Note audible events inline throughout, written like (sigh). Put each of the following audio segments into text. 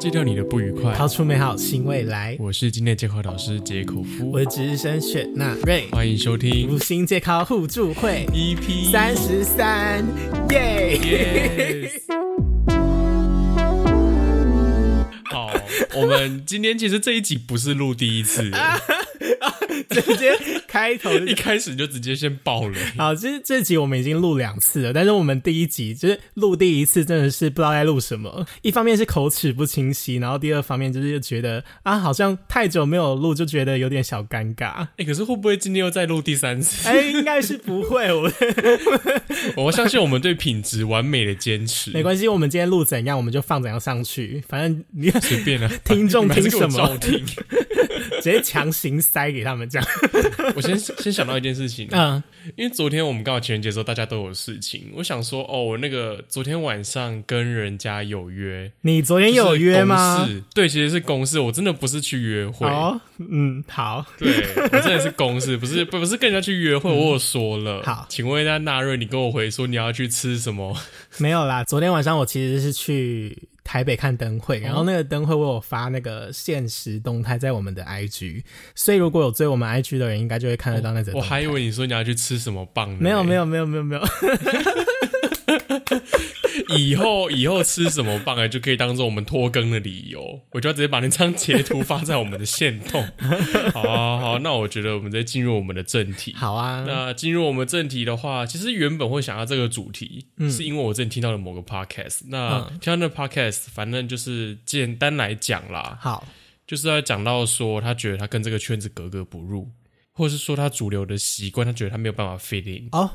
戒掉你的不愉快。抛出美好新未来。我是今天的监考老师杰口夫我，是值日生雪纳瑞，欢迎收听 E 五星健康互助会 EP 三十三，耶！ Yes 好，我们今天其实这一集不是录第一次， (laughs) (laughs) 啊直接开头 (laughs) 就一开始就直接先爆了。好，其实这集我们已经录两次了，但是我们第一集就是录第一次，真的是不知道在录什么。一方面是口齿不清晰，然后第二方面就是觉得啊，好像太久没有录，就觉得有点小尴 (laughs) 尬。哎、可是会不会今天又再录第三次？哎、应该是不会，我 (laughs) 我相信我们对品质完美的坚持。没关系，我们今天录怎样，我们就放怎样上去，反正你直随便了、啊， (laughs) 听众你 (laughs) 们还是给我听什么照 (laughs) 听。接强行塞给他们这样。我先先想到一件事情，嗯，因为昨天我们刚好情人节的时候，大家都有事情。我想说，哦，我那个昨天晚上跟人家有约，你昨天有约吗就？是公事？对，其实是公事，我真的不是去约会，哦，嗯，好，对我真的是公事，不是不不是跟人家去约会。我有说了，嗯好请问一下纳瑞，你跟我回说你要去吃什么？没有啦。昨天晚上我其实是去台北看灯会，然后那个灯会我有发那个现实动态在我们的 IG，所以如果有追我们 IG 的人，应该就会看得到那则我动态。还以为你说你要去吃什么棒呢，没有没有没有没有没有，以后以后吃什么棒啊，就可以当做我们拖更的理由。我就要直接把那张截图发在我们的线 (laughs) 动。好、啊、好，那我觉得我们再进入我们的正题。好啊，那进入我们正题的话，其实原本会想要这个主题，嗯是因为我之前听到了某个 podcast。那、听到那 podcast，反正就是简单来讲啦，好，就是要讲到说他觉得他跟这个圈子格格不入，或是说他主流的习惯，他觉得他没有办法 fit in。哦，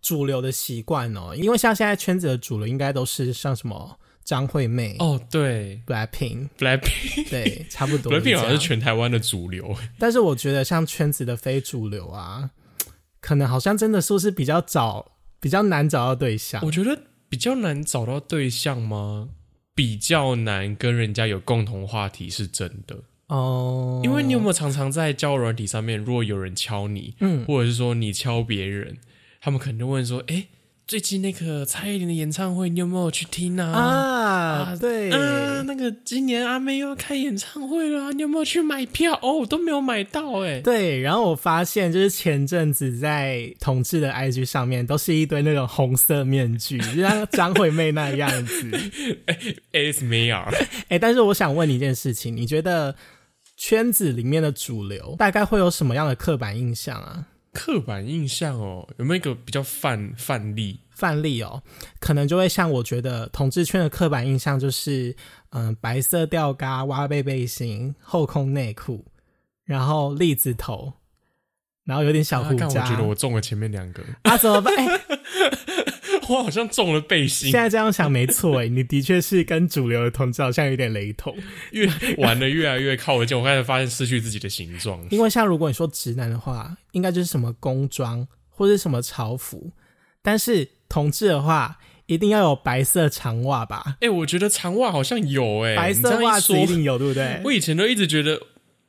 主流的习惯哦，因为像现在圈子的主流应该都是像什么张惠妹、哦，对 Blackpink， ，Blackpink。 (laughs) 对，差不多是这 Blackpink 样。好像是全台湾的主流，但是我觉得像圈子的非主流啊，可能好像真的说是比较找比较难找到对象我。觉得比较难找到对象吗？比较难跟人家有共同话题是真的，哦，因为你有没有常常在交友软体上面，如果有人敲你，嗯或者是说你敲别人，他们可能就问说，哎、最近那个蔡依林的演唱会，你有没有去听啊？啊，对，啊，那个今年阿妹又要开演唱会了啊、你有没有去买票？哦，我都没有买到哎、对，然后我发现就是前阵子在同志的 IG 上面都是一堆那种红色面具，就像张惠妹那样子。 ，S M R，哎、但是我想问你一件事情，你觉得圈子里面的主流大概会有什么样的刻板印象啊？ (laughs) 刻板印象哦，有没有一个比较范范例？范例哦，可能就会像我觉得同志圈的刻板印象就是，嗯、白色吊嘎、挖背背心、后空内裤，然后栗子头，然后有点小啊胡干渣。我觉得我中了前面两个， (laughs) 啊，怎么办？哎、我好像中了背心现，在这样想没错，哎，你的确是跟主流的同志好像有点雷 (laughs) 同。越玩的越来越靠近，我开始发现失去自己的形状。因为像如果你说直男的话，应该就是什么工装或者什么潮服，但是同志的话，一定要有白色长袜吧？哎、我觉得长袜好像有哎、白你这色样一袜子说一定有，对不对？我以前都一直觉得，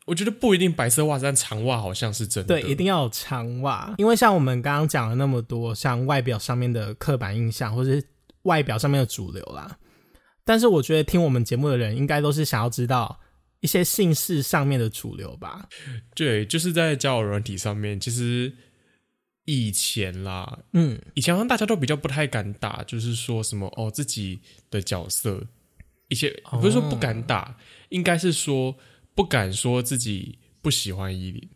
我觉得不一定白色袜子，但长袜好像是真的。对，一定要有长袜，因为像我们刚刚讲了那么多，像外表上面的刻板印象，或是外表上面的主流啦。但是我觉得听我们节目的人，应该都是想要知道一些姓氏上面的主流吧？对，就是在交友软体上面，其实以前啦，嗯，以前好像大家都比较不太敢打，就是说什么哦自己的角色，一些不是说不哦敢打，应该是说不敢说自己不喜欢依林。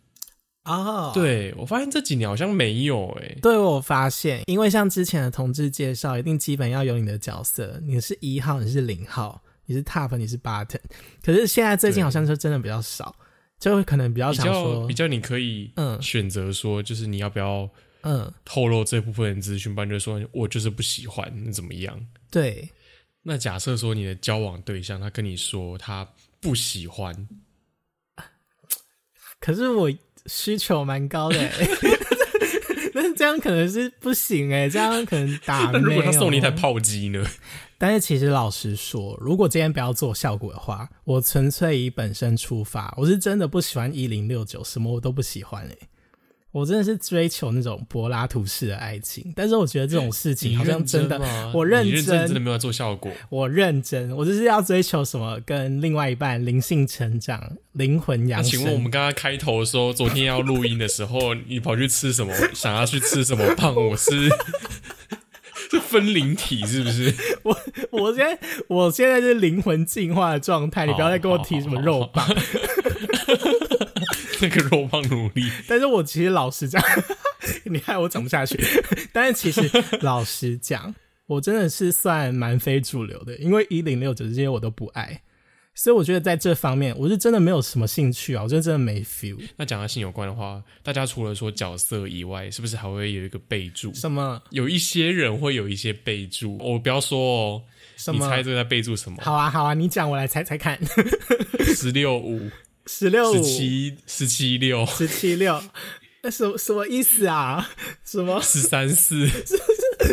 哦，对我发现这几年好像没有哎、对我发现，因为像之前的同志介绍，一定基本要有你的角色，你是一号，你是零号，你是 top，你是 bottom。可是现在最近好像就真的比较少，就会可能比较比想较说比，较你可以嗯选择说，就是你要不要嗯，透露这部分的资讯，不然就说我就是不喜欢，那怎么样？对，那假设说你的交往对象他跟你说他不喜欢，可是我需求蛮高的、欸， (laughs) 但是这样可能是不行哎、这样可能打那如果他妹哦送你一台炮击呢？但是其实老实说，如果今天不要做效果的话，我纯粹以本身出发，我是真的不喜欢一零六九，什么我都不喜欢哎、我真的是追求那种柏拉图式的爱情，但是我觉得这种事情好像真的，啊的我认啊认真真的没有在做效果。我认真，我就是要追求什么跟另外一半灵性成长、灵魂那扬升。请问我们刚刚开头说，昨天要录音的时候，你跑去吃什么？ (laughs) 想要去吃什 (laughs) 么胖？我是是分灵体是不是？ (laughs) (laughs) 我现在我现在是灵魂进化的状态，你不要再跟我提什么肉 (laughs) 棒。那个肉棒努力，但是我其实老实讲， (laughs) 你害我讲不下去。 (laughs) 但是其实老实讲，我真的是算蛮非主流的，因为一零六九这些我都不爱，所以我觉得在这方面我是真的没有什么兴趣啊，我真的真的没 feel。那讲到性有关的话，大家除了说角色以外，是不是还会有一个备注？什么有一些人会有一些备注，我不要说哦，什你么？猜这个在备注什么？好啊好啊，你讲我来猜猜看，十六五、十六十五、七、十七六、十七六，那什么什么意思啊？什么十三四，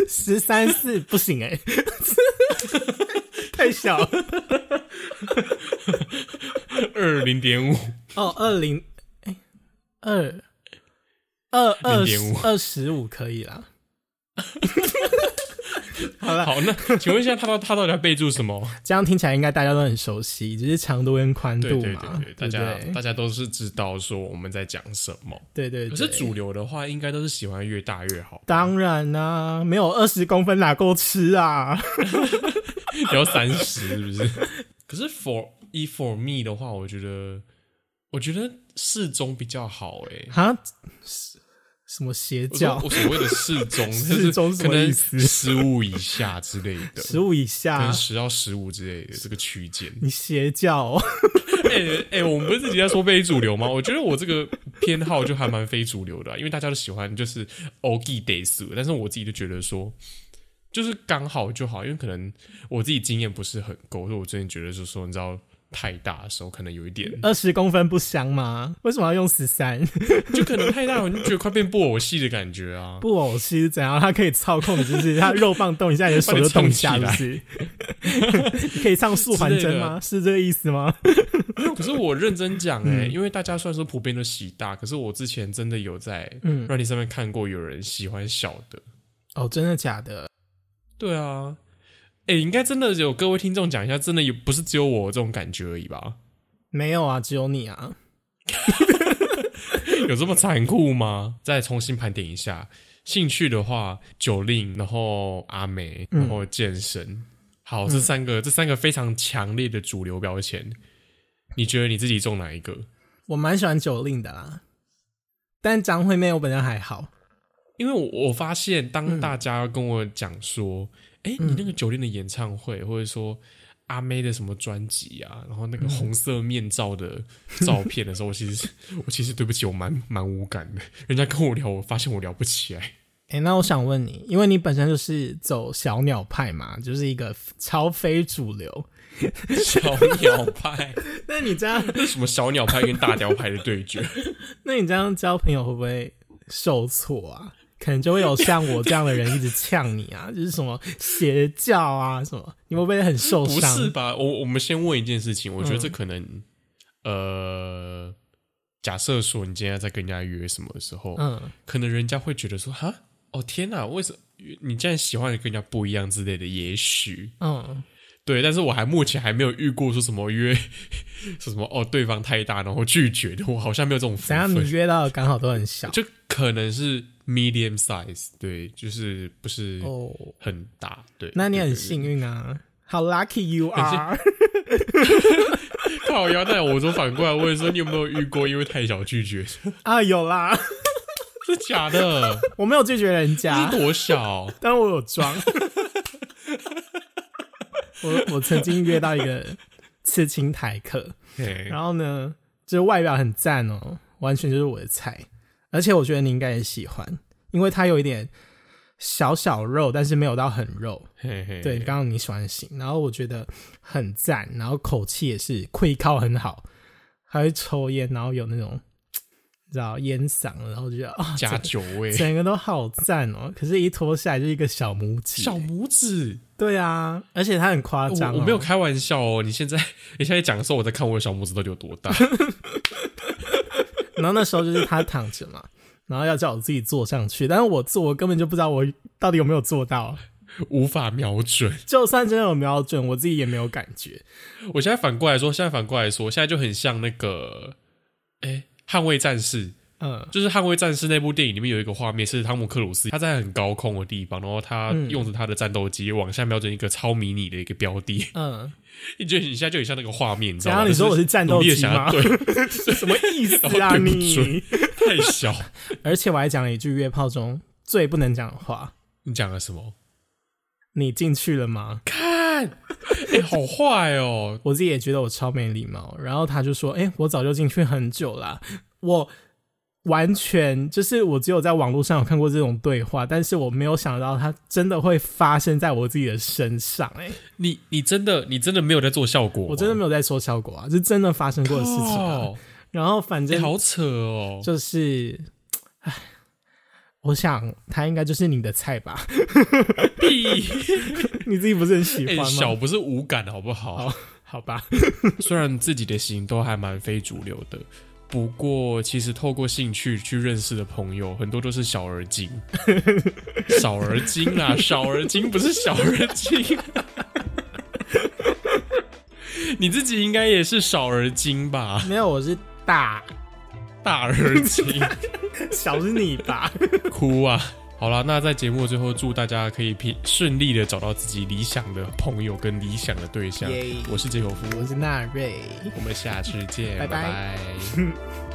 十三四不行哎、 (laughs) 太小了二零点五，哦，二零哎二二二0.5二十五可以啦。 (laughs) 好了，好，哦那请问一下，他到他到底要备注什 (laughs) 么？这样听起来应该大家都很熟悉，只是长度跟宽对度对嘛，对对，大不家对？大家都是知道说我们在讲什么。对对对，可是主流的话，应该都是喜欢越大越好， (laughs) 当然啦、没有二十公分哪够吃啊？ (laughs) 聊三十是不是？ (laughs) 可是 for 以 for me 的话，我觉得我觉得适中比较好欸诶、啊，什么邪我说教？我所谓的适 (laughs) 中，适中就是是可什么能意思十五以下之类 (laughs) 的，十五以可能下，十到十五之类的这个区间。你邪教、哦？哎 (laughs) 哎、我们不是自己在说非主流吗？我觉得我这个偏好就还蛮非主流的啊、因为大家都喜欢就是 o g days，但是我自己就觉得说，就是刚好就好，因为可能我自己经验不是很够，所以我最近觉得就是说，你知道太大的时候可能有一点，二十公分不香吗？为什么要用十三？就可能太大了，你就觉得快变布偶戏的感觉啊。布偶戏是怎样？它可以操控你，就是它肉棒动一下，你的手就动一下，是不是？你可以唱素还真吗？是这个意思吗？可是我认真讲哎、因为大家虽然说普遍都喜大，可是我之前真的有在嗯软体上面看过有人喜欢小的。哦，真的假的？对啊，哎、应该真的有各位听众讲一下，真的也不是只有我这种感觉而已吧？ (laughs) 没有啊，只有你啊。有这么残酷吗？再重新盘点一下，兴趣的话，九令，然后阿美，然后健身，好，这三个、这三个非常强烈的主流标签，你觉得你自己中哪一个？我蛮喜欢九令的啦，但张惠妹我本来还好。因为我我发现，当大家跟我讲说，哎、你那个酒店的演唱会，或者说阿妹的什么专辑啊，然后那个红色面罩的照片的时候，我其实是我其实对不起，我蛮蛮无感的。人家跟我聊，我发现我聊不起来。哎、那我想问你，因为你本身就是走小鸟派嘛，就是一个超非主流。小鸟派，那你这样，那什么小鸟派跟大雕派的对决？那你这样交朋友会不会受挫啊？可能就会有像我这样的人一直呛你啊， (laughs) 就是什么邪教啊，什么，你会不会嗯很受不伤？是吧？我我们先问一件事情，我觉得这可能，呃，假设说你今天在跟人家约什么的时候，嗯，可能人家会觉得说，哈，哦天哪，为什么你竟然喜欢的跟人家不一样之类的？也许嗯，对，但是我还目前还没有遇过说什么约 (laughs) 说什么哦，对方太大然后拒绝的，我好像没有这种福怎样？你分，约到的刚好都很小就可能是 medium size，对，就是不是哦，很大，对，那你对很对幸运啊，好 lucky you are。 (laughs) 对靠腰，但我都反过来问说，你有没有遇过因为太小拒绝？ (laughs) 啊，有啦，是假的？我没有拒绝人是家，多 (laughs) 小？但我有装。我我曾经约到一个刺青台客，嘿然后呢，就是外表很赞哦，完全就是我的菜，而且我觉得你应该也喜欢，因为它有一点小小肉，但是没有到很肉。嘿嘿，对，刚刚你喜欢的型，然后我觉得很赞，然后口气也是会靠很好，还会抽烟，然后有那种你知道烟嗓，然后就觉得啊，加九位，整个都好赞哦。可是，一脱下来就是一个小拇指，小拇指。对啊，而且他很夸张、我我没有，开玩笑哦，你现在你现在讲的时候，我 (laughs) 在看我的小拇指到底有多大。然后那时候就是他躺着嘛，然后要叫我自己坐上去，但是我坐我根本就不知道我到底有没有做到，无法瞄准。就算真的有瞄准，我自己也没有感觉。我现在反过来说，现在反过来说，现在就很像那个，哎、捍卫战士》，嗯就是《捍卫战士》那部电影里面有一个画面是汤姆克鲁斯他在很高空的地方，然后他嗯用着他的战斗机往下瞄准一个超迷你的一个标的，嗯，你觉得你现在就很像那个画面，你知道然吗？后你说我就是战斗努力地机想要吗？对， (laughs) 什么意思然啊后对不你准？太小。而且我还讲了一句约炮中最不能讲的话：你讲了什么？你进去了吗？看， (laughs) 哎、好坏哦！我自己也觉得我超没礼貌。然后他就说：“哎、我早就进去很久啦，我完全就是我只有在网络上有看过这种对话，但是我没有想到它真的会发生在我自己的身上、哎，你你真的你真的没有在做效果吗，我真的没有在说效果啊，是真的发生过的事情、啊。哦 (laughs) 然后反哎、正好扯哦！就是，哎，我想他应该就是你的菜吧？ (laughs) 屁，你自己不是很喜哎、欢吗？小不是无感好不好？好好吧，虽然自己的型都还蛮非主流的，不过其实透过兴趣去认识的朋友，很多都是小而 (laughs) 精，少而精啦，少而精不是小而精。 (laughs) 你自己应该也是少而精吧，没有，我是大大而精。小是你吧？ (laughs) 哭啊！好啦，那在节目的最后，祝大家可以平顺利的找到自己理想的朋友跟理想的对象 Yay。我是杰口夫，我是纳瑞。我们下次见，拜拜拜拜